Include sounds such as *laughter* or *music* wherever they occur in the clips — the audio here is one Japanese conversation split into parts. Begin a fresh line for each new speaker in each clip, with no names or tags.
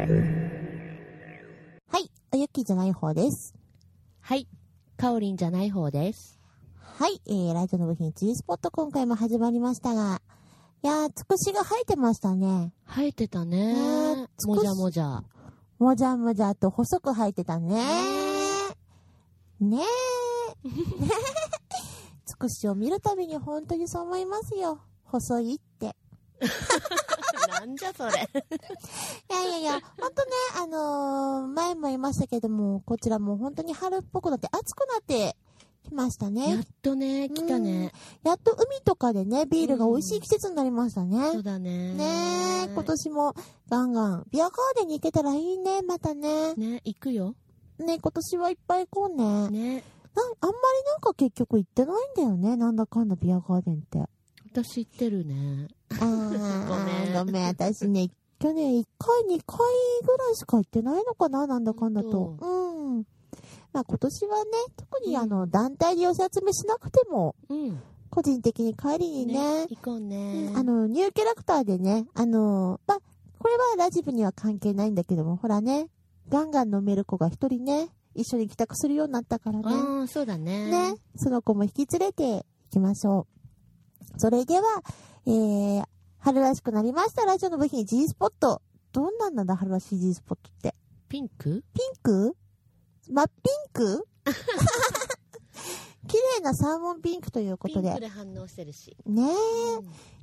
はい、おゆきじゃない方です。
はい。かおりんじゃない方です。
はい、えー、ライトの部品 G スポット今回も始まりましたが、いやー、つくしが生えてましたね。
生えてた
ね
ね。
え
もじゃもじゃ。
もじゃもじゃと細く生えてたね。ねえ。つくしを見るたびに本当にそう思いますよ。細いって。
なんじゃそれ。
いやいやいや、ほんとね、あのー前も言いましたけども、こちらも本当に春っぽくなって暑くなってきました
や
ね
っ。とね、来たね。
やっと海とかでね、ビールが美味しい季節になりました
そ
ね
う。だね。
ねえ、今年もガンガン、ビアガーデンに行けたらいいね、またね。
ね、行くよ。
ね、今年はいっぱい行こうね。なんあん
ね。
まりなんか結局行ってないんだよね、なんだかんだビアガーデンって。あ
私行ってるね。
ー
ごめん
*laughs* ごめん、私ね、去年1回、2回ぐらいしか行ってないのかな、なんだかんだとう
本。
ん。まあ今年はね、特に
うん
あの、団体で寄せ集めしなくても、
うん。
個人的に帰りにね
行こう
う
ね
ん。あ、の、ニューキャラクターでね、あの、まあ、これはラジブには関係ないんだけども、ほらね、ガンガン飲める子が一人ね、一緒に帰宅するようになったからね、
ああ、そうだね。
ね、その子も引き連れて行きましょう。それでは、えー、春らしくなりました、ラジオの部品 G スポット。どんなんなんだ、春らしい G スポットって。
ピンク
ピンク真っピン
*laughs*
ク *laughs* 綺麗なサーモンピンクというこ
ピン
とで。
ク
ね
で反応してるし。
え。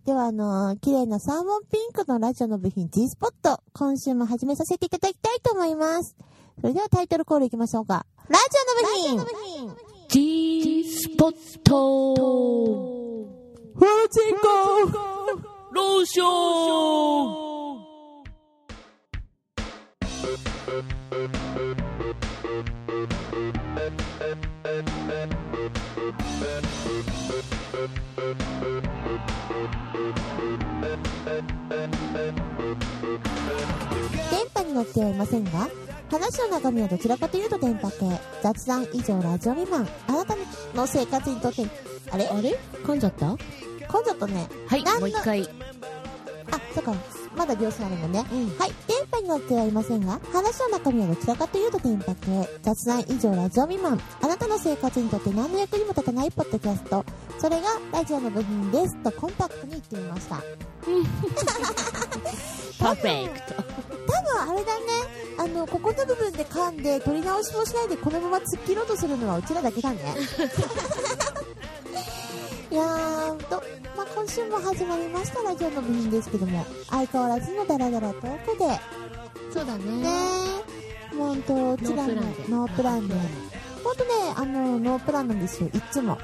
では、あのー綺麗なサーモンピンクのラジオの部品 G スポット、今週も始めさせていただきたいと思います。それではタイトルコールいきましょうか。ラジオの部品
G スポット
フローチンコ
ローション
電波に乗ってはいませんが、話の中身はどちらかというと電波系、雑談以上ラジオ未満、あなたの生活にとって、あれ
あれ噛んじゃったは
今度とね、
い
なんだ
もう一回。うん。
あ、そうか、まだ秒数あるもんね。はい、電波に乗ってはいませんが、話の中身はどちらかというと電波系、雑談以上ラジオ未満、あなたの生活にとって何の役にも立たないポッドキャスト、それがラジオの部品ですとコンパクトに言ってみました。多
パーフェクト。
分あれだね、あの、ここの部分で噛んで、取り直しもしないでこのまま突っ切ろうとするのはうちらだけだね。いやーと、まあ、今週も始まりましたラジオの部品ですけども、相変わらずのダラダラトークで、
そうだね。
ねえ、もうほんと、うちら
ノー
もノ
プランで。
ープランで。ほんとね、あの、ノープランなんですよ、いっつも。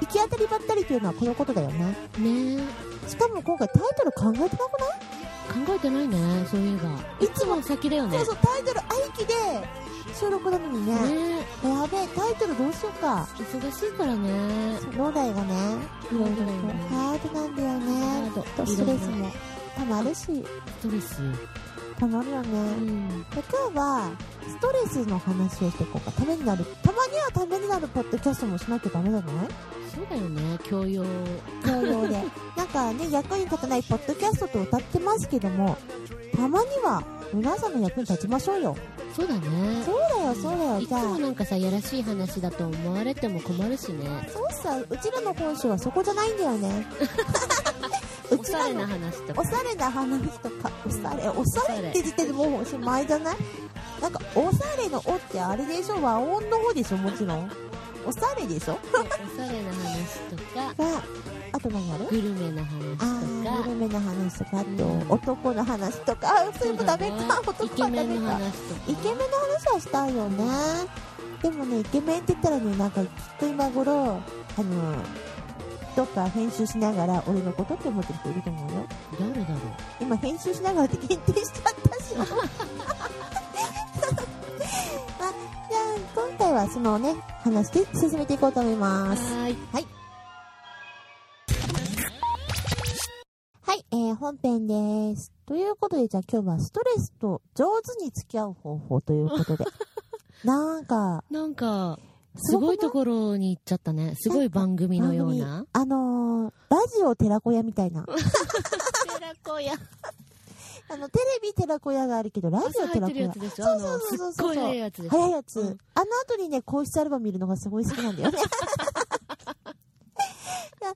行き当たりばったりというのはこのことだよね。
ね
しかも今回タイトル考えてなくな
え考えてないね、そういえば。
いいつも、
もう先だよね。
そうそう、タイトルありきで収録なのにね。
ねえ
やべえ、タイトルどうしようか。
忙しいからね。
脳内がね、いろいろと
そうだよね
ハードなんだよね。
ハード
とストレスも溜まるし、
ストレス。
溜まるよね。
うん。
で今日はストレスの話をしていこうかためになるたまにはためになるポッドキャストもしなきゃダメじゃ
*laughs*
ない
そうだよね、教養。
教養でなんかね役に立たないポッドキャストと歌ってますけどもたまには皆さんの役に立ちましょうよ
そうだね
そ。うだよそうだよ
いつ
じゃ
も
あ
なんかさ、やらしい話だと思われても困るしね。
そうさうちらの本性はそこじゃないんだよねう
*laughs* お
ち
しゃ
ら
れな
の
話とか。
おしゃれな話とかおしゃれおしゃれって時点でもうおしまいじゃないなんかおしゃれの「お」ってあれでしょ和音の方でしょもちろんおしゃれでしょ
おしゃれな話とか、
が、あと何やる
グルメな話
あ
と
ー、グル
か、
メの話とか、あと、
うん
男の話とか、あーそういうのダメか、
イ
男
ケ
は
メ
ダ
ン
メ
の
か。
話とか。
イケメンの話はしたいよね。でもね、イケメンって言ったらね、なんか、きっと今頃、あの、どっか編集しながら、俺のことって思ってる人いると思うよ。
誰だろう。
今、編集しながらって限定しちゃった
*laughs*
し。 *laughs* あ、じゃあ、今回はそのね、話で進めていこうと思います。
はーい。
はい、えー、本編です。ということで、じゃあ今日はストレスと上手に付き合う方法ということ
*laughs*
で。なんか、
なんか、
す
す
ご
ご
い
い
と
ところに行っちゃったね。す
ご
ご
い
い
番
番組のような。
あのー、ラジオ寺子屋みたいな。
寺子屋。
あの、テレビ寺子屋があるけど、ラジオ
朝入っ
寺子屋
てるやつ。でしょ
そ
あ
うそ
の
うそうそう
すっ
そう
ごい早いやつでしょ
早いやつ、
うん
あの後にね、皇室アルバム見るのがすごい好きなんだよ
*laughs*
ね。 *laughs* だというわ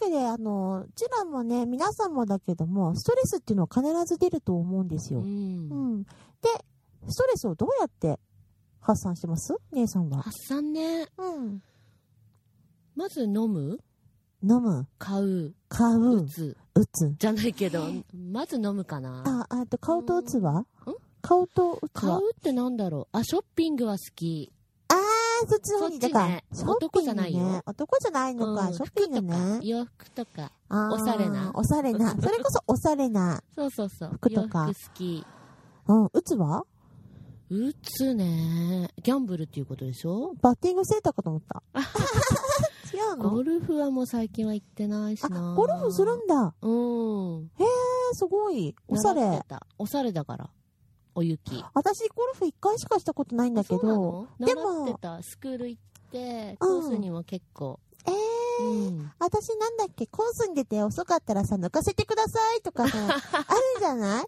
けで、あの、ちらもね、皆さんもだけども、ストレスっていうのは必ず出ると思うんです
う
よ。うんん。で、ストレスをどうやって発散してます姉さんは。
発散ね
うん。
まず飲む
飲む、
買う
買う
打、つ
打つ。
じゃないけどまず飲むかな
あ、あと、顔と打つは
うん
顔と打つ
買
は
うってなんだろうあショッピングは好き
あー、そっちの方に、
そっちね
だから、ショッピ
男
ングね
じゃないよ
男じゃないのか、
うん
ショッピング
服とか
ね。
洋服とか
あー
おしゃれな
おしゃれ
*laughs*
な。それこそおしゃれな。
そうそうそう
服とか
洋服好き
うん、打つは
打つねギャンブルっていうことでしょ
バッティングセンターかと思
*laughs*
った。違うの
ゴルフはもう最近は行ってないし
あ、
な
ゴルフするんだ。
うん
えー、すごい。おしゃ
習っ
れ
て。たおしゃれだからお雪
私、ゴルフ一回しかしたことないんだけど。で
で
も
も習ってたスクール行って
う
コ
ん
ースにも結構、
えー、
うん、
私なんだっけ、コースに出て遅かったらさ、抜かせてくださいとか
*laughs*
さ、あるじゃない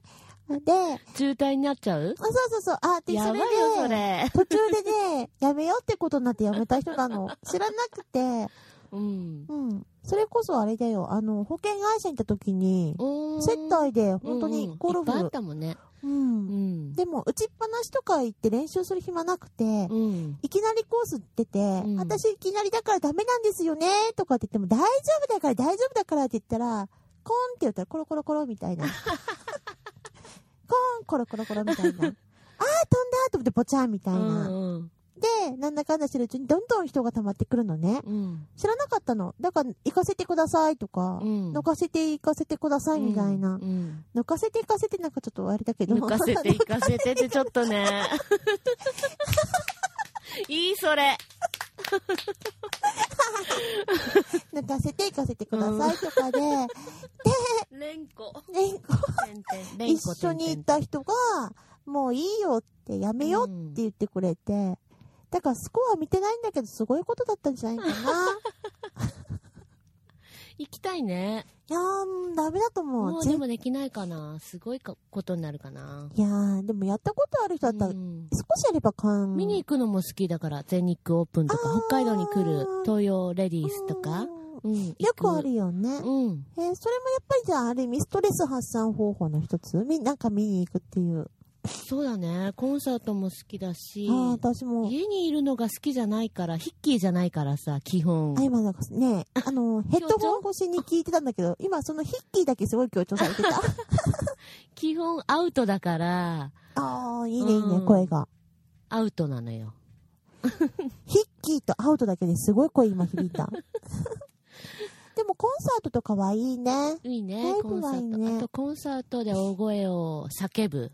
で、あ
渋滞になっちゃう
そうそうそう、あ、で、
や
そ
ばい
れ
よ
で、
それ、
途中でね、やめようってことになってやめた人なの。 *laughs* 知らなくて。
うん、
うん。それこそあれだよ。あの、保険会社に行った時に、接
接
待で本当にゴルフ。
いっぱいあったもんね
うん
うん
でも、打ちっぱなしとか行って練習する暇なくて、
うん
いきなりコース出て、
ん
私いきなりだからダメなんですよね、とかって言っても、大丈夫だから大丈夫だからって言ったら、コーンって言ったらコロコロコロみたい
*laughs*
な。コーン、コロコロコロみ
*laughs*
たいな。あー、飛んだと思ってポチャンみた
う
いな。
んうん
で、なんだかんだしてるうちにどんどん人が溜まってくるのね。
うん
知らなかったの。だから、行かせてくださいとか、
うん
抜かせて行かせてくださいみたいな。
うん
抜かせて行かせてなんかちょっとあれだけど。
抜かせて行かせてってちょっとね
*laughs*
いいそれ
抜かせて行かせてくださいとかで、
レンコ
ね一緒に行った人が、もういいよって、やめようって言ってくれて、だからスコア見てないんだけど、すごいことだったんじゃない
*laughs*
かな。
行きたいね
いやー、ダメだと思
も
う。
うで
ぜ
もできないかなすごいかことになるかない
やー、でもやったことある人だったら、
うん
少しあれば感
見に行くのも好きだから全日空オープンと
あー
か北海道に来る東洋レディースとか、うん
よくあ
よ
るよね。
うん
えーそれもやっぱりじゃあ、ある意味、ストレス発散方法の一つみ、なんか見に行くっていう。
そうだねコンサートも好きだし
ああ、私も。
家にいるのが好きじゃないからヒッキーじゃないからさ基本
あ、今なんかね、あの、ヘッドホン越しに聞いてたんだけど、今そのヒッキーだけすごい強調されてた。
基本アウトだから
ああ、いいね、いいね、
うん
声が。
アウトなのよ
ヒッキーとアウトだけですごい声今響い
*laughs*
た。でもコンサートとかはいいね。
いいね
ライ
コ
ブ
ンサ
はいい
ー
ね
ト、あとコンサートで大声を叫ぶ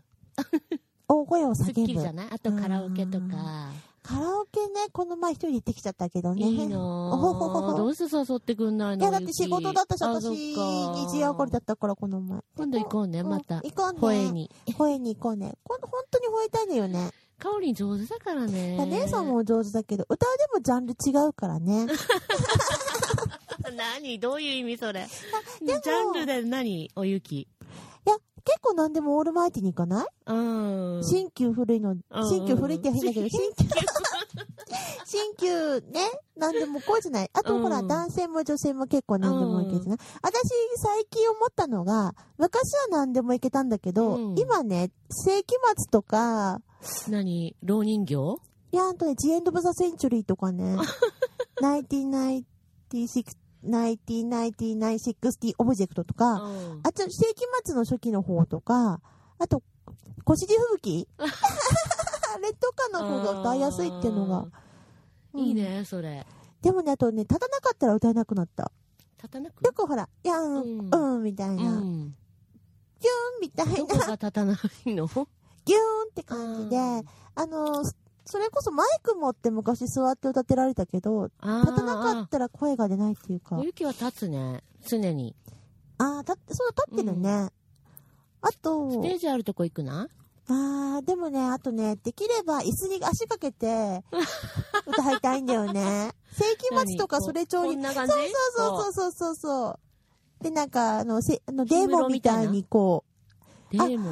大声を
すっき
叫
りじゃ
ぶ。
ないあとカラオケとか
カラオケね、この前一人で行ってきちゃったけどね。
いい
おほほほ
の
ほ
ーどうして誘ってくんない
い
の
や、だって仕事だったし、私、
ゆきあそっか
日曜こりだったから、この前。
今度行こうね
うん
また
行こうね。
声。に
に行こうね。今度、本当に吠えたいのよね。
かおりん上手だからね
まあ姉さんもお上手だけど、歌うでもジャンル違うから
*laughs*
ね。
何どういう意味それジャンルで何おゆき
結構何でもオールマイティに行かない
うん
新旧古いの、
うん
新旧古いって変だけど、新旧、 *laughs* 新旧ね、何でもこうじゃない。あとほら、
うん
男性も女性も結構何でもいけるな。私、最近思ったのが、昔は何でもいけたんだけど、
うん
今ね、世紀末とか、
何老人形
いや、あとね、ジエンド・オブ・ザ・センチュリーとか
*laughs*
ね、1996、1990オブジェクトとか、
うん
あと、世紀末の初期の方とか、あと、腰地吹雪あ
*laughs*
れとかの方が歌いやすいっていうのが。うん
いい。ねそれ
でもね、あとね、立たなかったら歌えなくなった。
立たなく
よくほら、いやーん、
う
うん、みたいな、
う
ギューン
ん
みたいな、ギュ
ど
ー
こが立たな
*laughs*
いの
ンって感じで、
うん
あのーそれこそマイク持って昔座って歌ってられたけど、
あ
立たなかったら声が出ないっていう
た
か。
おゆきは立つね常に
ああ、立って、そう、立ってるね。あと、
ステージあるとこ行くな
ああ、でもね、あとね、できれば椅子に足かけ
*laughs*
て、歌いたいんだよね。世紀末とか
何
それ調
こ
理
ん。な感じ
そうそうそうそうそうそうそう。で、なんか、あの、せあのデーモンみたいにこう、
でも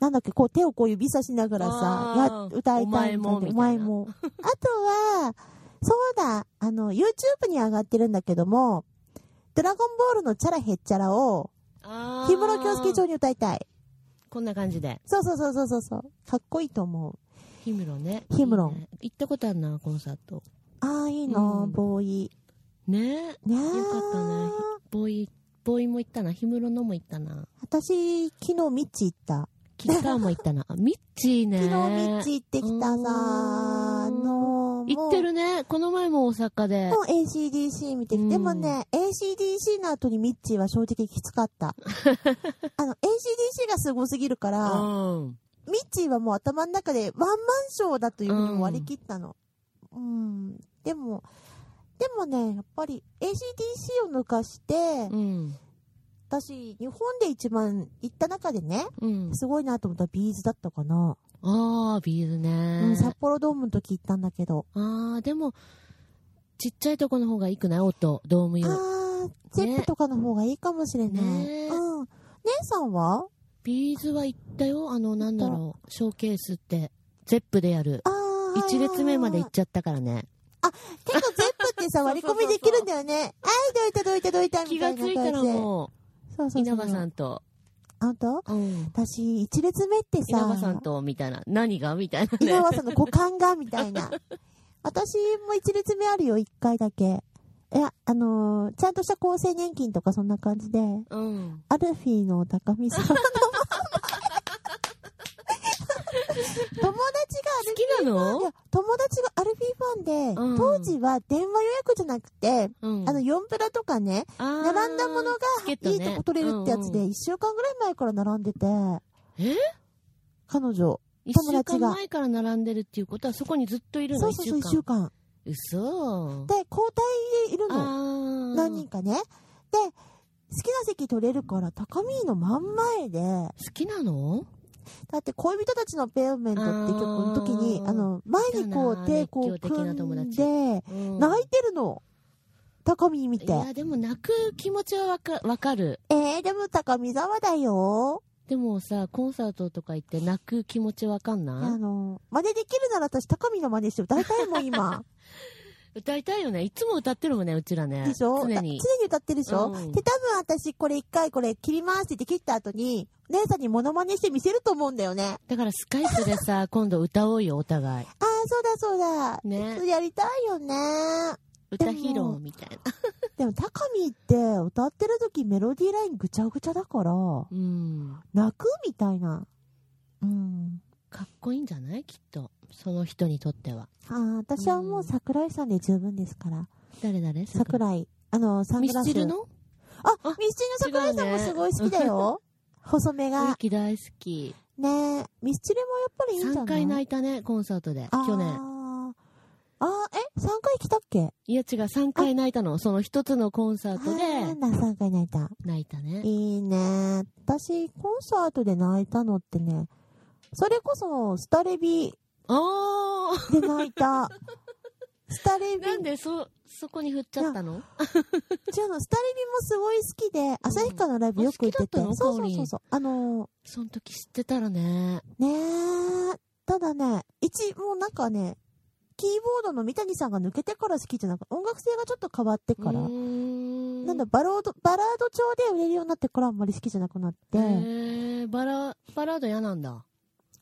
なんだっけ、こう手をこう指さしながらさ
あ、ー
や歌いたいみたいな。
お前もみたいな
お前も。あとは、そうだ、あの、YouTube に上がってるんだけども、ドラゴンボールのチャラヘッチャラを、
あ
氷室京介町に歌いたい。
こんな感じで
そうそうそうそうそうそう。かっこいいと思う。
氷室ね
氷室
いいね行ったことあるなコンサート
ああ、いいなあ、
うん
ボーイ。
ね
ねえ。
よかったねボーイボーイも行ったな氷室のも行ったな
私、昨日ミッチ行った。
キッカーも行ったなあミッチーね
昨日ミッチ行ってきたさ、あ
うん
のー、
行って
も
るねこの前も大阪
う。
で
もう ACDC 見てき
う
て、
ん
でもね、ACDC の後にミッチーは正直きつか
*laughs*
った。あの、ACDC がすごすぎるから、
うん
ミッチーはもう頭の中でワンマンショーだというふうに割り切ったの。うん。でも、でもね、やっぱり ACDC を抜かして、
うん
私、日本で一番行った中でね、
うん
すごいなと思ったらビーズだったかな。
ああビーズ
うん
ね
札幌ドームの時行ったんだけど。
ああでもちっちゃいとこの方がいいくない音ドームよ
あー、ゼップとかの方がいいかもしれない。
ね
うん。姉さんは
ビーズは行ったよあのなんだろうショーケースってゼップでやる
あー。
1列目まで行っちゃったからね
結構ゼップってさ、割り込みできるんだ
*laughs*
よね。はい、どいたどいたどいたみ
気
たい
が
な感じ
つい
で。
たらも
そうそ
う
うそ
稲
う。
葉さんと
あんと
うん
私、一列目ってさ、
稲葉さんとみたいな何がみたいなね
稲葉さんの股間が、みたい
*laughs*
な。私も一列目あるよ、一回だけ。いや、あのーちゃんとした厚生年金とかそんな感じで、
うん
アルフィーの高見
*laughs*
さんのまま友達がアル
好きないの
や、友達がアルフィーファンで、
うん
当時は電話予約じゃなくて、
うん
あの、4プラとかね、並
並
んだものがいいとこ取れるってやつで、1週間ぐらい前から並んでて、
え
彼女。
1
友
週
達
間
が
前から並んでるっていうことはそこにずっといる
そ
の
う
1
そう
週
そう、1週
間
間。
うそ
で、交代でいる
あ
の。
ー
何人かね。で、好きな席取れるから、高見の真ん前で、
好きなの
だって恋人たちのペアメントって曲の時に、
あー
あの、前にこう、
い
手
いな
こう、
熱狂的
組
な友
ん
達
で、
な
泣いてるの。高見見
い
て。
やでも泣く気持ちはわかわかる
えー、でも高見沢だよ。
でもさコンサートとか行って泣く気持ちわかん
あ
な
の、真似できるなら私高見の真似して歌いたいもん
*laughs*
今。
い歌いたいよねいつも歌ってるもんねうちらね
でしょ
常
だ
に
歌ってるでしょ、
うん
で、多分私これ一回これ切りますって言って切った後に、姉さんにモノマネして見せると思うんだよね。
だからスカイプでさ今度歌おうよお互い
ああ、そうだそうだ。
ね
やりたいよね。
歌披露みたいな
でも高見って歌ってる時メロディーラインぐちゃぐちゃだから、
うん
泣くみたいな。うん。
かっこいいんじゃないきっとその人にとっては
ああ、私はもう桜井さんで十分ですから。
誰誰
桜井。あの、サン
ミ
グラ
ス
ス。
チルの
あ、
あ
ミスチルの桜井さんもすごい好きだよ。 *laughs* 細め
雰囲
が。
気大好き
ねえ、ミスチルもやっぱりいいんじゃない
3回泣いたねコンサートで
あー
去年。
あー、え ?3 回来たっけ
いや違う3回泣いたのその一つのコンサ
あ
ート
ーな
で
んだ、3回泣いた。
泣いたね
いいね。私、コンサートで泣いたのってね、それこそ、スタレビ
ああ
で泣い
*laughs*
た。スタレビ、
なんでそそこに振っちゃったの
違うの、スタレビもすごい好きで、朝日川のライブよく行ってて、
あ好きだったの
そう
かお
そう
りん
そうそう。あの
その時知ってたらね
ー、ねえ、ただね、一、もうなんかね、キーボードの三谷さんが抜けてから好きじゃなく音楽性がちょっと変わってから、
うーん
なんだ、バロード、バラード調で売れるようになってからあんまり好きじゃなくなって、
へえバラバラード嫌なんだ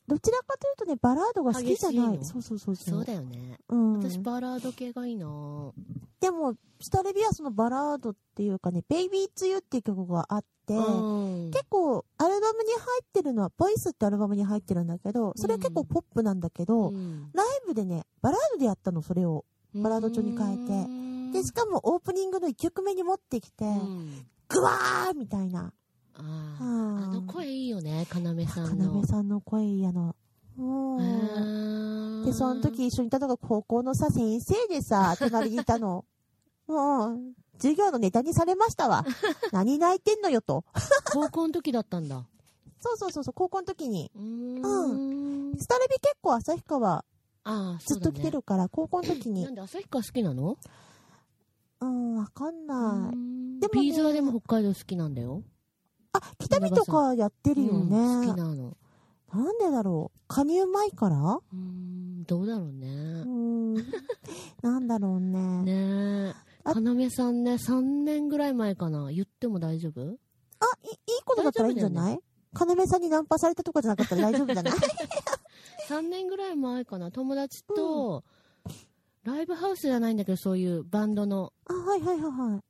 どちらかというとね、バラードが好きじゃない。
激しい
そうそうそうそう。
そうだよね
うん。
私バラード系がいいなぁ
でも、スタレビはそのバラードっていうかね、ベイビーツユっていう曲があって、
うん
結構、アルバムに入ってるのは、ボイスってアルバムに入ってるんだけど、それは結構ポップなんだけど、
うん
ライブでね、バラードでやったの、それを。バラード調に変えて
え
で、しかもオープニングの1曲目に持ってきて、
うん
グワーみたいな。
あ
あ
ーあの声いいよね、かなめさんの
要。さんの声いいやの。もうで、その時一緒にいたのが高校のさ、先生でさ、隣にいたの。もう、授業のネタにされましたわ。何泣いてんのよと。
高校の時だったんだ。
そうそうそうそう、高校の時に。
うーん
スタレビ結構旭川
ああ、
ずっと来て
そうだね
るから、高校の時に
な。んで旭川好きなの
うん、わかん
う
ない。
ーん
でもね
ビーズはでも北海道好きなんだよ。
あ、北見とかやってるよね。
うん好
な
きなの。
んでだろう。加入前から
うーん、どうだろう
う
ね
ー。ん。なんだろうね。
ねえ。
あ
かなめさんね、3年ぐらい前かな。言っても大丈夫
あ、いいいことだったらいいんじゃない金目さんにナンパされたとかじゃなかったら大丈夫じ
*laughs*
ゃない
3年ぐらい前かな友達と、ライブハウスじゃないんだけどそういうバンドの
あ、はいはいはいはい。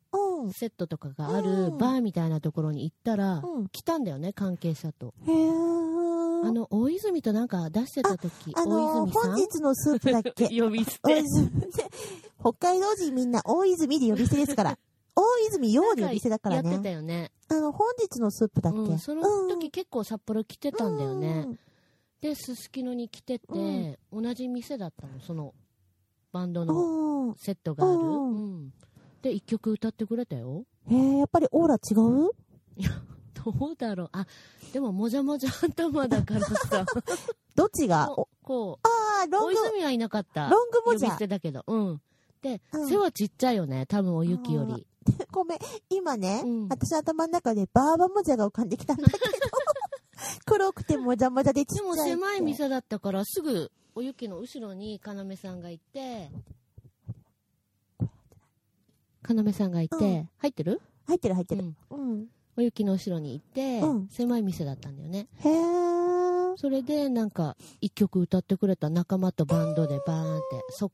うん。
セットとかがある
うん
バーみたいなところに行ったら、
うん。
来たんだよね関係者と
へ
あ
ー。
の大泉となんか出してた時
あの
大
ー、
泉さ
本
ん
日のスープだっ
*laughs*
け
呼び捨
大泉。北海道人みんな大泉で呼び捨てです
*laughs*
から。大泉洋で呼び捨てだから
やってた
ね。
よね、
あの、本日のスープだっけ、
うん、その時結構札幌来て
うん
たんだよね、
うん
でススキノに来てて、
う
同じ店だったのそのバンドの
うん。
セットがある、う
うん
んで1曲歌ってくれたよ
へえ、やっぱりオーラ違う
どうだろうあでももじゃもじゃ頭だか
*laughs*
らさ
どっちが
こ
お
うこ
あー、
う
ロ
大
ング、
泉はいなかった
ロングもじ
呼び
ゃ
捨。てだけどうんで、
うん
背はちっちゃいよね多分おゆきより
ごめん、今ね、
うん
私の頭の中でバーバモジャが浮かんできたん
*laughs*
だけど、黒くてもじゃもじゃでちっち
で
ゃいっ
も
て。
狭い店だったからすぐおゆきの後ろに要さんがいて要さんがいて、
うん
入ってる
入ってる入って
う
る。
ん
うん。
おゆきの後ろにいて、
うん
狭い店だったんだよね
へー。
それでなんか一曲歌ってくれた仲間とバンドでバーンって即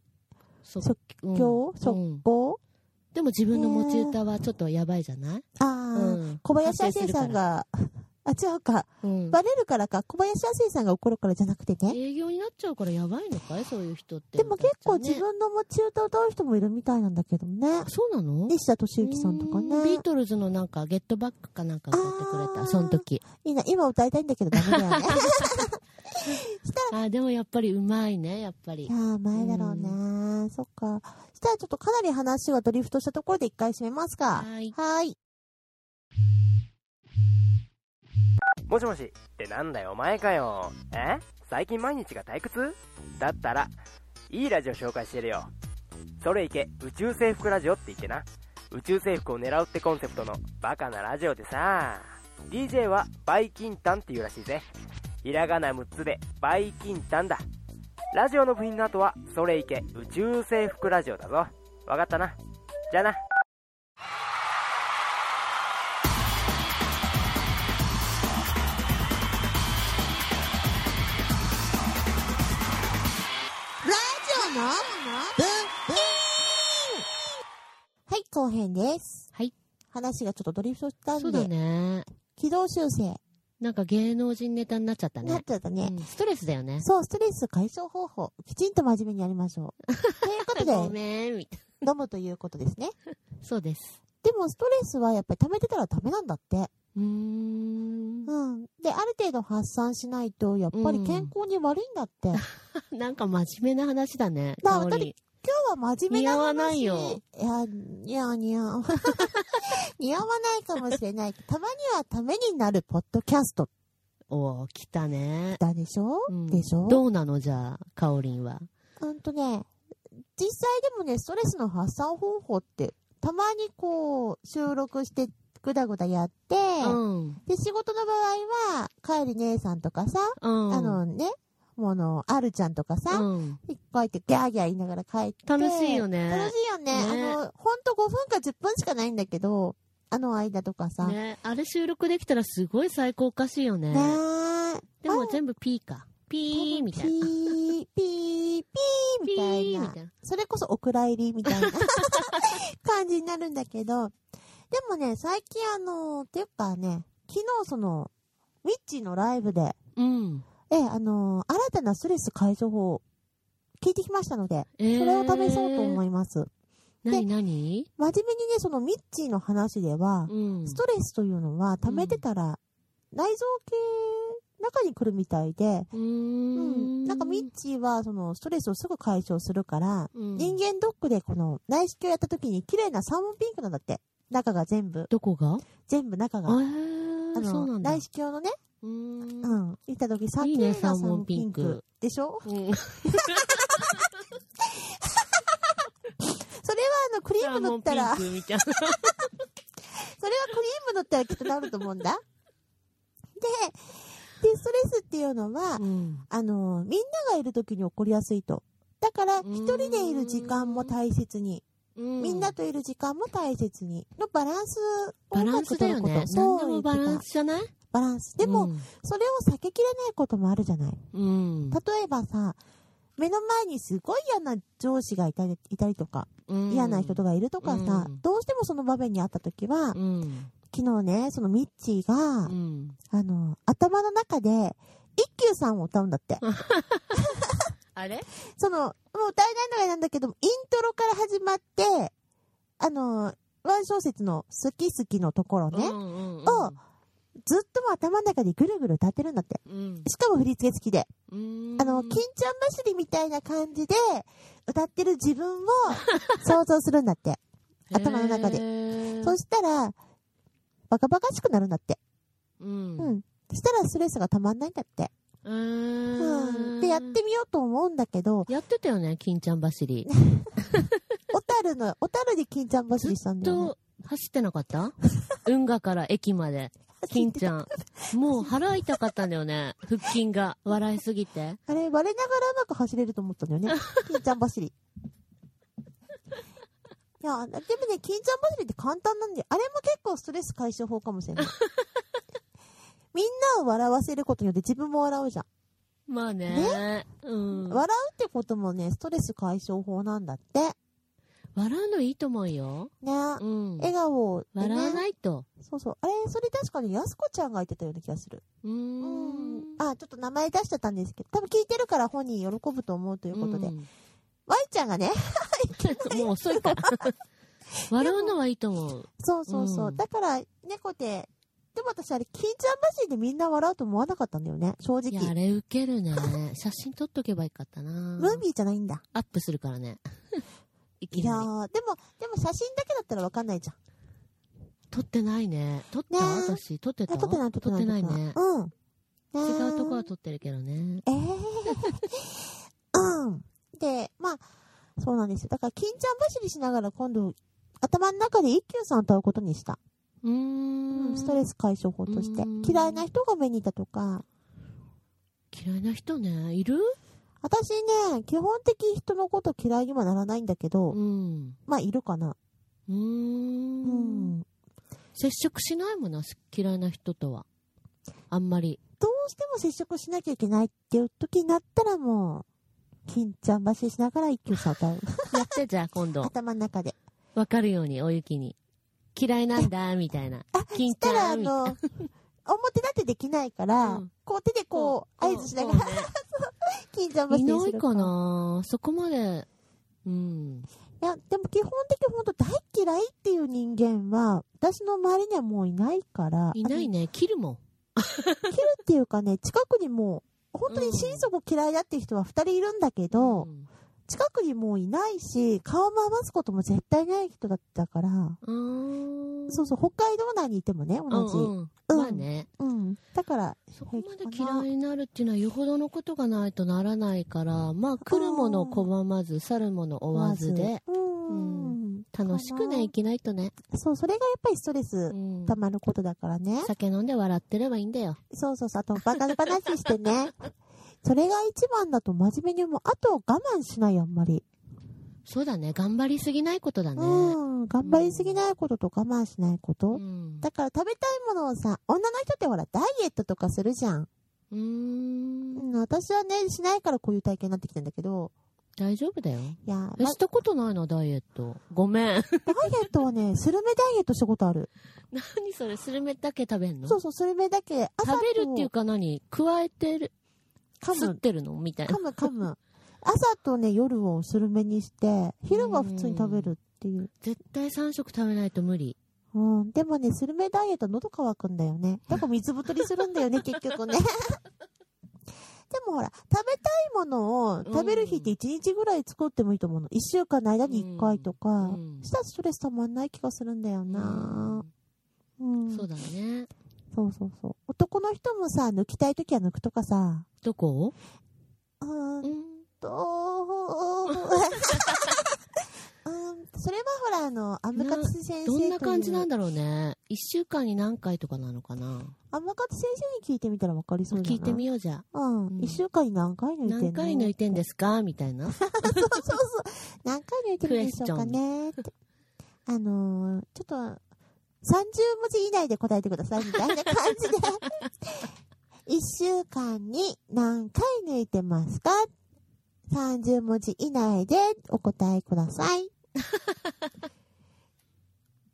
即
即興
うん
即
うん
こう
でも自分の持ち歌はちょっとやばいじゃない、
あ
う
ー、
ん、
小林亜生さんが、あ、違うか。
うん
バレるからか、小林亜生さんが怒るからじゃなくてね。
営業になっちゃうからやばいのかいそういう人って
でも結構
歌っち
自
ゃう
分
ね
の持ち歌歌う人もいるみたいなんだけどね。
そうなの
西田敏行さんとか
うーんビ
ね
ー。トルズのなんか、ゲットバックかなんか歌ってくれ
あー
た、その時。
いいな、今歌いたいんだけどダメだ
*laughs*
よね。
あーでもやっぱりうまいね、やっぱり
いや。ー、前だろうね。そっか。したらちょっとかなり話がドリフトしたところで一回締めますか。
はい。
はーい。
もしもしってなんだよお前かよえ最近毎日が退屈だったらいいラジオ紹介してるよそれいけ宇宙制服ラジオって言ってな宇宙制服を狙うってコンセプトのバカなラジオでさ DJ はバイキンタンっていうらしいぜひらがな6つでバイキンタンだラジオの部品の後はそれいけ宇宙制服ラジオだぞわかったなじゃあな
ラジオのはい、後編です。
はい。
話がちょっとドリフトしたんで、
そうだね。
軌道修正
なんか芸能人ネタになっちゃった
になっ
ね。
ちゃったね。
うんストレスだよね。
そう、ストレス解消方法、きちんと真面目にやりましょう。ということで、
*laughs* ごめん、みたい
飲むということですね。
な。そうです。
でも、ストレスはやっぱり溜めてたらダメなんだって。
うー *laughs* ん。
うん。で、ある程度発散しないと、やっぱり健康に悪いんだ
*laughs*
って。
なんか真面目な話だね。
まあ
香織
だって今日は真面目な話
似合わないよ。
いや、似合う似合う。 *laughs* 似合わないかもしれないけど。たまにはためになるポッドキャスト
おー、来たね。
だでしょ、
うん
でしょ
どうなのじゃあ、かおりんは。
うんとね、実際でもね、ストレスの発散方法って、たまにこう、収録して、ぐだぐだやって、
うん。
で、仕事の場合は、かえり姉さんとかさ、
うん。
あのね、もの、あるちゃんとかさ、
うん。
こうやってギャーギャー言いながら帰って。
楽しいよね。
楽しいよね。
ね
あの、ほんと5分か10分しかないんだけど、あの間とかさ。ね
ね、あれ収録できたらすごい最高おかしいよ
え。
ね。でも全部 P か。ピーみたい
ピ
な。
ー、ピー、ピーみたい
ピー
な
みたいな。
それこそお蔵入りみたいな感じになるんだけど。でもね、最近あの、っていうかね、昨日その、ウィッチのライブで、
うん。
ええ、あの、新たなストレス解消法を聞いてきましたので、
えー
それを試そうと思います。
何何
真面目にね、そのミッチーの話では、
うん
ス。トレスというのは溜めてたら、内臓系中に来るみたいで、
う
う
ー。
んん、なんかミッチーはそのストレスをすぐ解消するから、
うん
人間ドックでこの内視鏡やった時に綺麗なサーモンピンクなんだって。中が全部、
どこが
全部中
え
が。あ
ー、そうな
の、
んだ。
内視鏡のね、
うーん
う。ん、行った時さ、
いい
綺
ね
麗なサーモンピン
サーモンピン
ク
ク。
でしょ
う
そ
ん
れはあの、クリーム塗ったら、
サーモンピンクみたいな。
それはクリーム塗ったらきっとなると思うんだ。で、ストレスっていうのは、
うん
あの、みんながいる時に起こりやすいと。だから、
うーん
一人でいる時間も大切に、みんなといる時間も大切に、のバランスを
バ
う
ラ
ま
ンス
く
だ
取
よ
ること。
ね。
そう
何でもバランスじゃない
バランス。でも、、それを避けきれないこともあるじゃない。
うん。うん
例えばさ、目の前にすごい嫌な上司がいたりいたりとか、
うん
嫌な人とかいるとかさ、
うん
どうしてもその場面にあった時は、
うん。
昨日ね、そのミッチーが
う、ん。
あの、頭の中で、一休さんを歌うんだって。
あれ
その、もう歌えないのがなんだけど、イントロから始まって、あの、ワン小節の好き好きのところね、
うんうんうん
をずっともう頭の中でぐるぐる歌ってるんだって。
うん。
しかも振り付け付きで。
うん
あの、金ちゃん走りみたいな感じで、歌ってる自
*laughs*
分を想像するんだって。頭の中で
へー
そしたら、バカバカしくなるんだって。
う。
うんん。そしたらストレスがたまんないんだって。
うー
うんん。で、やってみようと思うんだけど、
やってたよね、金ちゃん走り。
小樽の、小樽で金ちゃん走りしたんだよ、ね。
と、走ってなかった運河から駅まで。金ちゃん。もう腹痛かったんだよね。腹筋が。笑いすぎて。
あれ、割れながらうまく走れると思ったんだよね。金ちゃん走り。いや、でもね、金ちゃん走りって簡単なんで、あれも結構ストレス解消法かもしれない。みんなを笑わせることによって自分も笑うじゃん。
まあね。うん。
笑うってこともね、ストレス解消法なんだって。ね。
笑うのいいと思うよ。うん。
笑顔でね。
笑わないと。
そうそう。あれ、それ確かにやすこちゃんが言ってたような気がする。
うー。
うんあ、ちょっと名前出しちゃったんですけど、多分聞いてるから本人喜ぶと思うと
と
いうことで。ワイちゃんがね、 *laughs*
もう遅いから。 *laughs* 笑うのはいいと思う。
そうそうそう。
うん
だから、猫で、でも私あれ、金ちゃん走りでみんな笑うと思わなかったんだよね、正
いや、あ
直。
れウケるね。写真撮っとけばよかったな。
ムービーじゃないんだ。
アップするからね。い
い
き
や
なり。
ー、でも、でも写真だけだったらわかんないじゃん。
撮ってないね。撮っ
ね
た
え
私。撮って
え
た
撮ってない、撮ってない。
撮ってないね。
うん。ね
違
ー
うとこは撮ってるけどね。
ええ *laughs* うん。で、まあ、そうなんですよ。だから、金ちゃん走りしながら今度、頭の中で一休さんを歌うことにした。
うーん。
ストレス解消法として
うん。
嫌いな人が目にいたとか、
嫌いな人ね。いる
私ね、基本的に人のこと嫌いにはならないんだけど、
うん。
まあ、いるかな。
う
う
ー。
んん。
接触しないもんな、嫌いな人とは。あんまり。
どうしても接触しなきゃいけないっていう時になったらもう、金ちゃん走りしながら一休さん歌
*laughs*
う。
やって、じゃあ今度。
頭の中で。
わかるように、おゆきに。嫌いなんだ、みたいな。緊
たら、あ
みたい
の、 *laughs* 表立ってできないから、
うん
こう手でこう、合図しながら、金ちゃん
ら。い
走り
な
す
い
る
かなそこまで。うん。
いや、でも基本的に本当大嫌いっていう人間は、私の周りにはもういないから、
いない
あ
ね。切るもん。
の切るっていうかね、近くにもう、本当に心底嫌いだっていう人は二人いるんだけど、
ん
近くにもういないし、顔も合わすことも絶対ない人だったから、
あー
そうそう、北海道内にいてもね、同じ。
う
うん
んうん
うん
まあね。
だから、
そこまで嫌いになるっていうのはよほどのことがないとならないから、まあ来るもの拒まず、去るもの追わずで、
まず。うん。
楽しくね、生きないとね。
そう、それがやっぱりストレス
うん
溜まることだからね。
酒飲んで笑ってればいいんだよ。
そうそうそう、あとバカ話して
*laughs*
ね。それが一番だと真面目に思う。あと我慢しない、あんまり。
そうだね、頑張りすぎないことだ
う
ね。
ん。頑張りすぎないことと我慢しないこと。
うん。
だから食べたいものをさ、女の人ってほら、ダイエットとかするじゃん。
うーん
うん、私はね、しないからこういう体験になってきてんだけど、
大丈夫だよ。
いや、
え
ま
したことないの、ダイエット。ごめ
ダイ
ん。 *laughs*
エットはね、スルメダイエットしたことある。
何それ、スルメだけ食べんの
そうそう、スルメだけ、朝と
食べるっていうか何加えてる、
噛
吸っ
む、
てるのみたいな
噛。む、噛む。朝とね、夜をスルメにして、昼は普通に食べるっていう。
絶対3食食べないと無理。
うん、でもね、スルメダイエットは喉乾くんだよね。だから水太りするんだ
*laughs*
よね、結局ね。で *laughs* もほら、食べたいものを食べる日って1日ぐらい作ってもいいと思うの。1週間の間に1回とか。
うん
したらストレスたまんない気がするんだよな、うん
そうだね。
そうそうそう。男の人もさ、抜きたいときは抜くとかさ。
どこ
うーん *laughs*
うん。
と、うーんそれはほら、あの、アムカツ先生と
ど
いうん
な感じなんだろうね。一週間に何回とかなのかな。
アムカツ先生に聞いてみたらわかりそうだな。
聞いてみようじゃ。
うん。
うん
一週間に何回抜いてんの
何回抜いてんですかみたい
そ
な。
うそうそう。何回抜いてるんでしょうかねって。あのー、ちょっと、30文字以内で答えてくださいみたいな感じで。一週間に何回抜いてますか ?30 文字以内でお答えください。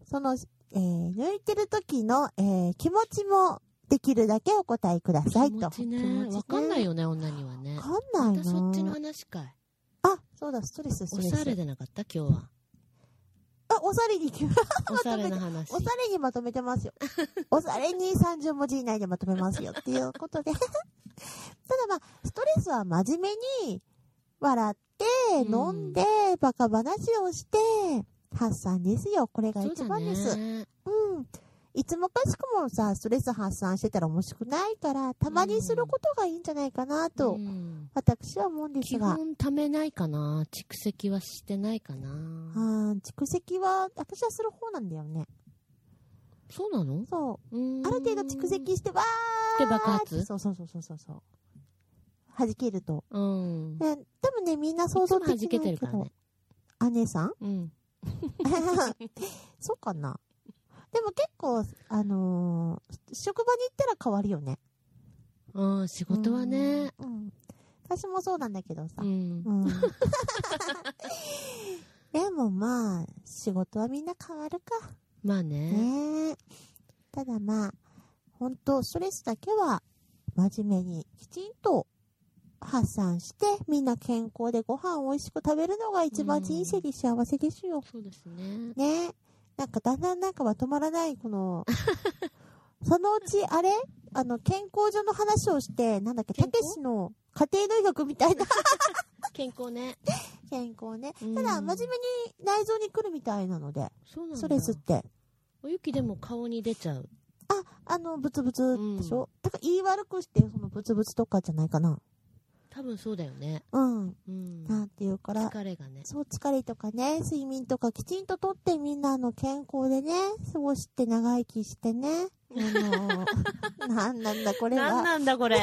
その、えー抜いてる時の、えー気持ちもできるだけお答えください
気
と。
持ちね。わかんないよね、女にはね
わ。かん
ま
ない
たそっちの
な。
話かい。
あ、そうだ、ストレス、スト
お
レ
しゃ
ス
れ。でなかった今日は。
あ、おしゃれ
*laughs*
に行きます。
おしゃれな話。
おしゃれにまとめてますよ。おしゃれに30文字以内でまとめますよっていうことで。た *laughs* だまあ、ストレスは真面目に笑って、飲
うん
んで、バカ話をして、発散ですよ。これが
そう
一
だ
番です。う
ね。
ん。いつもかしくもさ、ストレス発散してたら面白くないから、たまにすることがいいんじゃないかなと、
うん
私は思うんです
基
が。
本ためないかな。蓄積はしてないかな。
うん、蓄積は、私はする方なんだよね。
そうなの
そう。
うーん
ある程度蓄積して、わー
で爆発
ってそうそうそうそうそうそう。弾けると。
うん。い
ね、多分ね、みんな想
つ
像
も
できな
弾
い
けてる
け
から
ど
ね。。
姉さん
*laughs* うん。
そうかな。でも結構、あのー職場に行ったら変わるよね。
うん、仕事はね。
うん。うん。私もそうなんだけどさ
う。ん
う。ん。
*laughs*
*laughs* でもまあ、仕事はみんな変わるか。
まあ
ね
ね。
え。ただまあ、本当ストレスだけは、真面目にきちんと発散して、みんな健康でご飯を美味しく食べるのが一番人生で幸せですよ。
そうですね。
ねえ。なんかだんだんなんかまとまらない、こ *laughs* の、そのうち、あれあの、健康上の話をして、なんだっけ、た
健
け
康
しの家庭の医学みたいな
健康ね。
健康ね。
うん
ただ、真面目に内臓に来るみたいなので、
そうなんだ。
ストレスって。
おゆきでも顔に出ちゃう。
あ、あの、ブツブツでしょ、だから言い悪くして、そのブツブツとかじゃないかな。
多分そうだよね。
うん。
うん。
なんていうから、
疲れがね。
そう、疲れとかね、睡眠とかきちんととってみんなあの健康でね、過ごして長生きしてね。あ
*laughs*
の、なんなんだこれ
なん
は。
なんだこれ。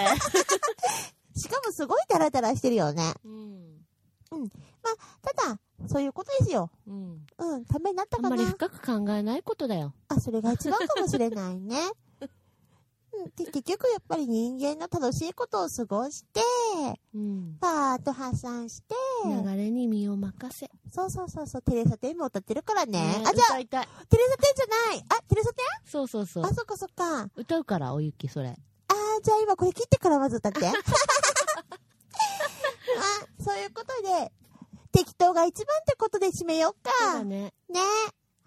しかもすごいダラダラしてるよね。
うん。
ただ、そういうことですよ。
うん。
うん、ためになった
あん
か
ま
な
り。深く考えないことだよ。
あ、それが一番かもしれない
*laughs*
ね。うん、で結局やっぱり人間の楽しいことを過ごして、
うん。
パーッと発散して、
流れに身を任せ。
そうそうそうそう、テレサテンも歌ってるからね。あ、じゃ
歌いたい。
あ、テレサテンじゃないあ、テレサテ
そうそうそう
ンあ、。そっかそっか。あ
歌うから、おゆき、それ。
ー、じゃあ今これ切ってからまず歌
*laughs*
って。 *laughs* あ、そういうことで、適当が一番ってことで締めよう
そうだ
か。ね
ね。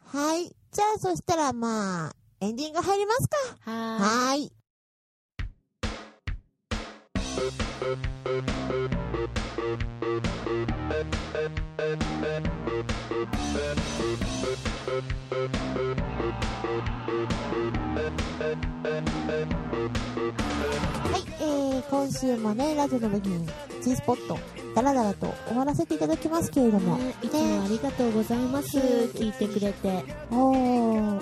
はい。じゃあそしたらまあ、エンディング入りますか。
は
はーい。はい、えー、今週もね、ラジオの部品、G スポット、ダラダラと終わらせていただきますけれども、
ねいつもありがとうございます。聞いてくれて。
おー、おー、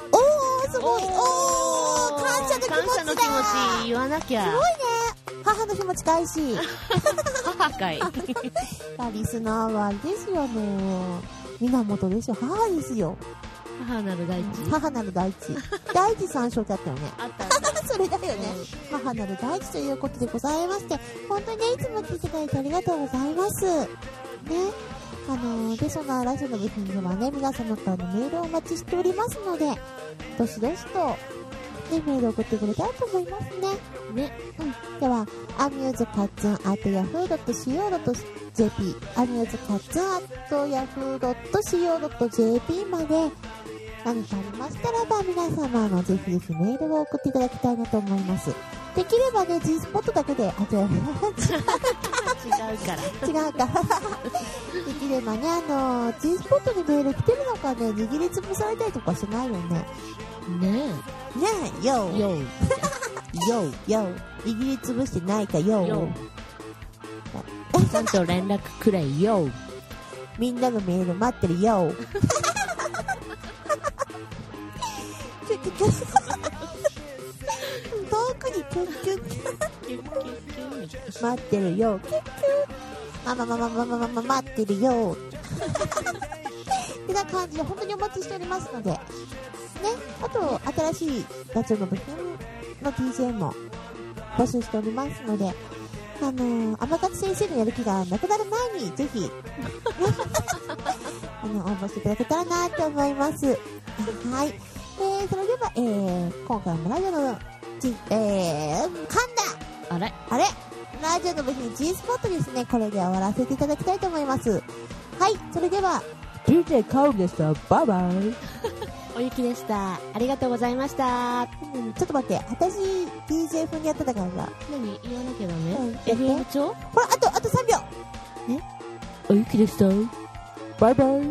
すごい、おー、感謝の気持ちだ
感謝の気持ち言わなきゃ。
母の日も近いし、
母かい。
リスナーはあれですよ、あの源ですよ、母ですよ。
母なる大地。
母なる大地。大地三章ってあったよね。
あったあった。
*laughs* それだよね。母なる大地ということでございまして、本当にね、いつも聞いていただいてありがとうございます。ね。あのーで、そのラジオの部品ではね、皆様からのメールをお待ちしておりますので、どしどしと、ね、メールを送ってくれたらと思いますね。
ね。
では、アミューズカッツン、あとヤフー .co.jp、アミューズカッツン、あとヤフー .co.jp まで、何かありましたらば、皆様、あの、ぜひぜひメールを送っていただきたいなと思います。できればね、G スポットだけで、あ、違う、 *laughs*
違うから。
違うか。 *laughs* できればね、あの、G スポットにメール来てるのかね、握りつぶされたりとかしないよね。ね
ね
え、よ
え。よう。
よう、よう、握りつぶしてないか、よう。
よちゃんと連絡くれよ。
みんなのメール待ってるよ。キュキュ *laughs* 遠くにキュッキュッキュ
キュッキュッキュッみたいな
待ってるよキュッキュまあまあまあまあまあまあまあ待ってるよってな感じで本当にお待ちしておりますのでねあと新しいラジオの部品の DJ も募集しておりますのであのー、天達先生のやる気がなくなる前にぜひあの応募していただけたらなと思いますはい、えー、それでは、えー、今回もラジオのちえー、噛んだ
あれ
あれラジオの部品 G スポットですね。これで終わらせていただきたいと思います。はい、それでは、DJ カウルでした。バイバイ。
おゆきでしたありがとうございました
うん、ちょっと待って、私、DJ 風にやってたからさ。
何言わなきゃダ
うんやって
メ FM 帳
ほら、あと、あと3秒
おゆきでした
バイバイ。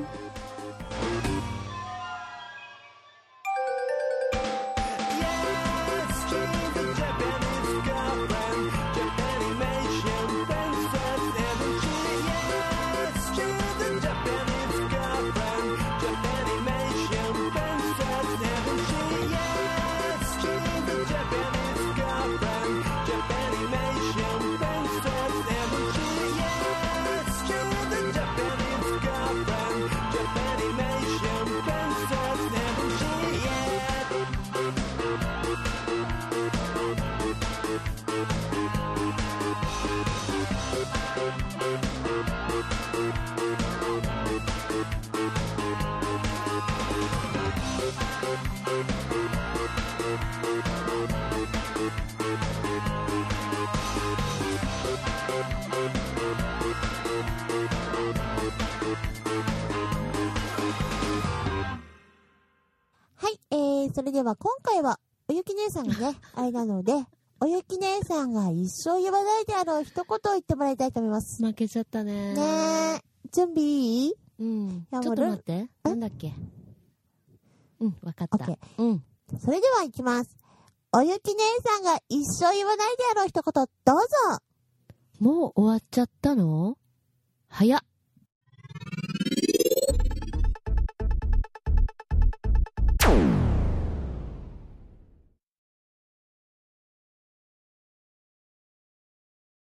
はい、えー、それでは今回は、おゆき姉さんがね、あれなので、おゆき姉さんが一生言わないであろう一言を言ってもらいたいと思います。
負けちゃったね
ねえ、準備いい
うんちょ
や
っと
もうル
待ってなんだっけうんわかっ
オッ
た
ケー。
うん
それでは行きます。おゆき姉さんが一生言わないであろう一言、どうぞ
もう終わっちゃったの早っ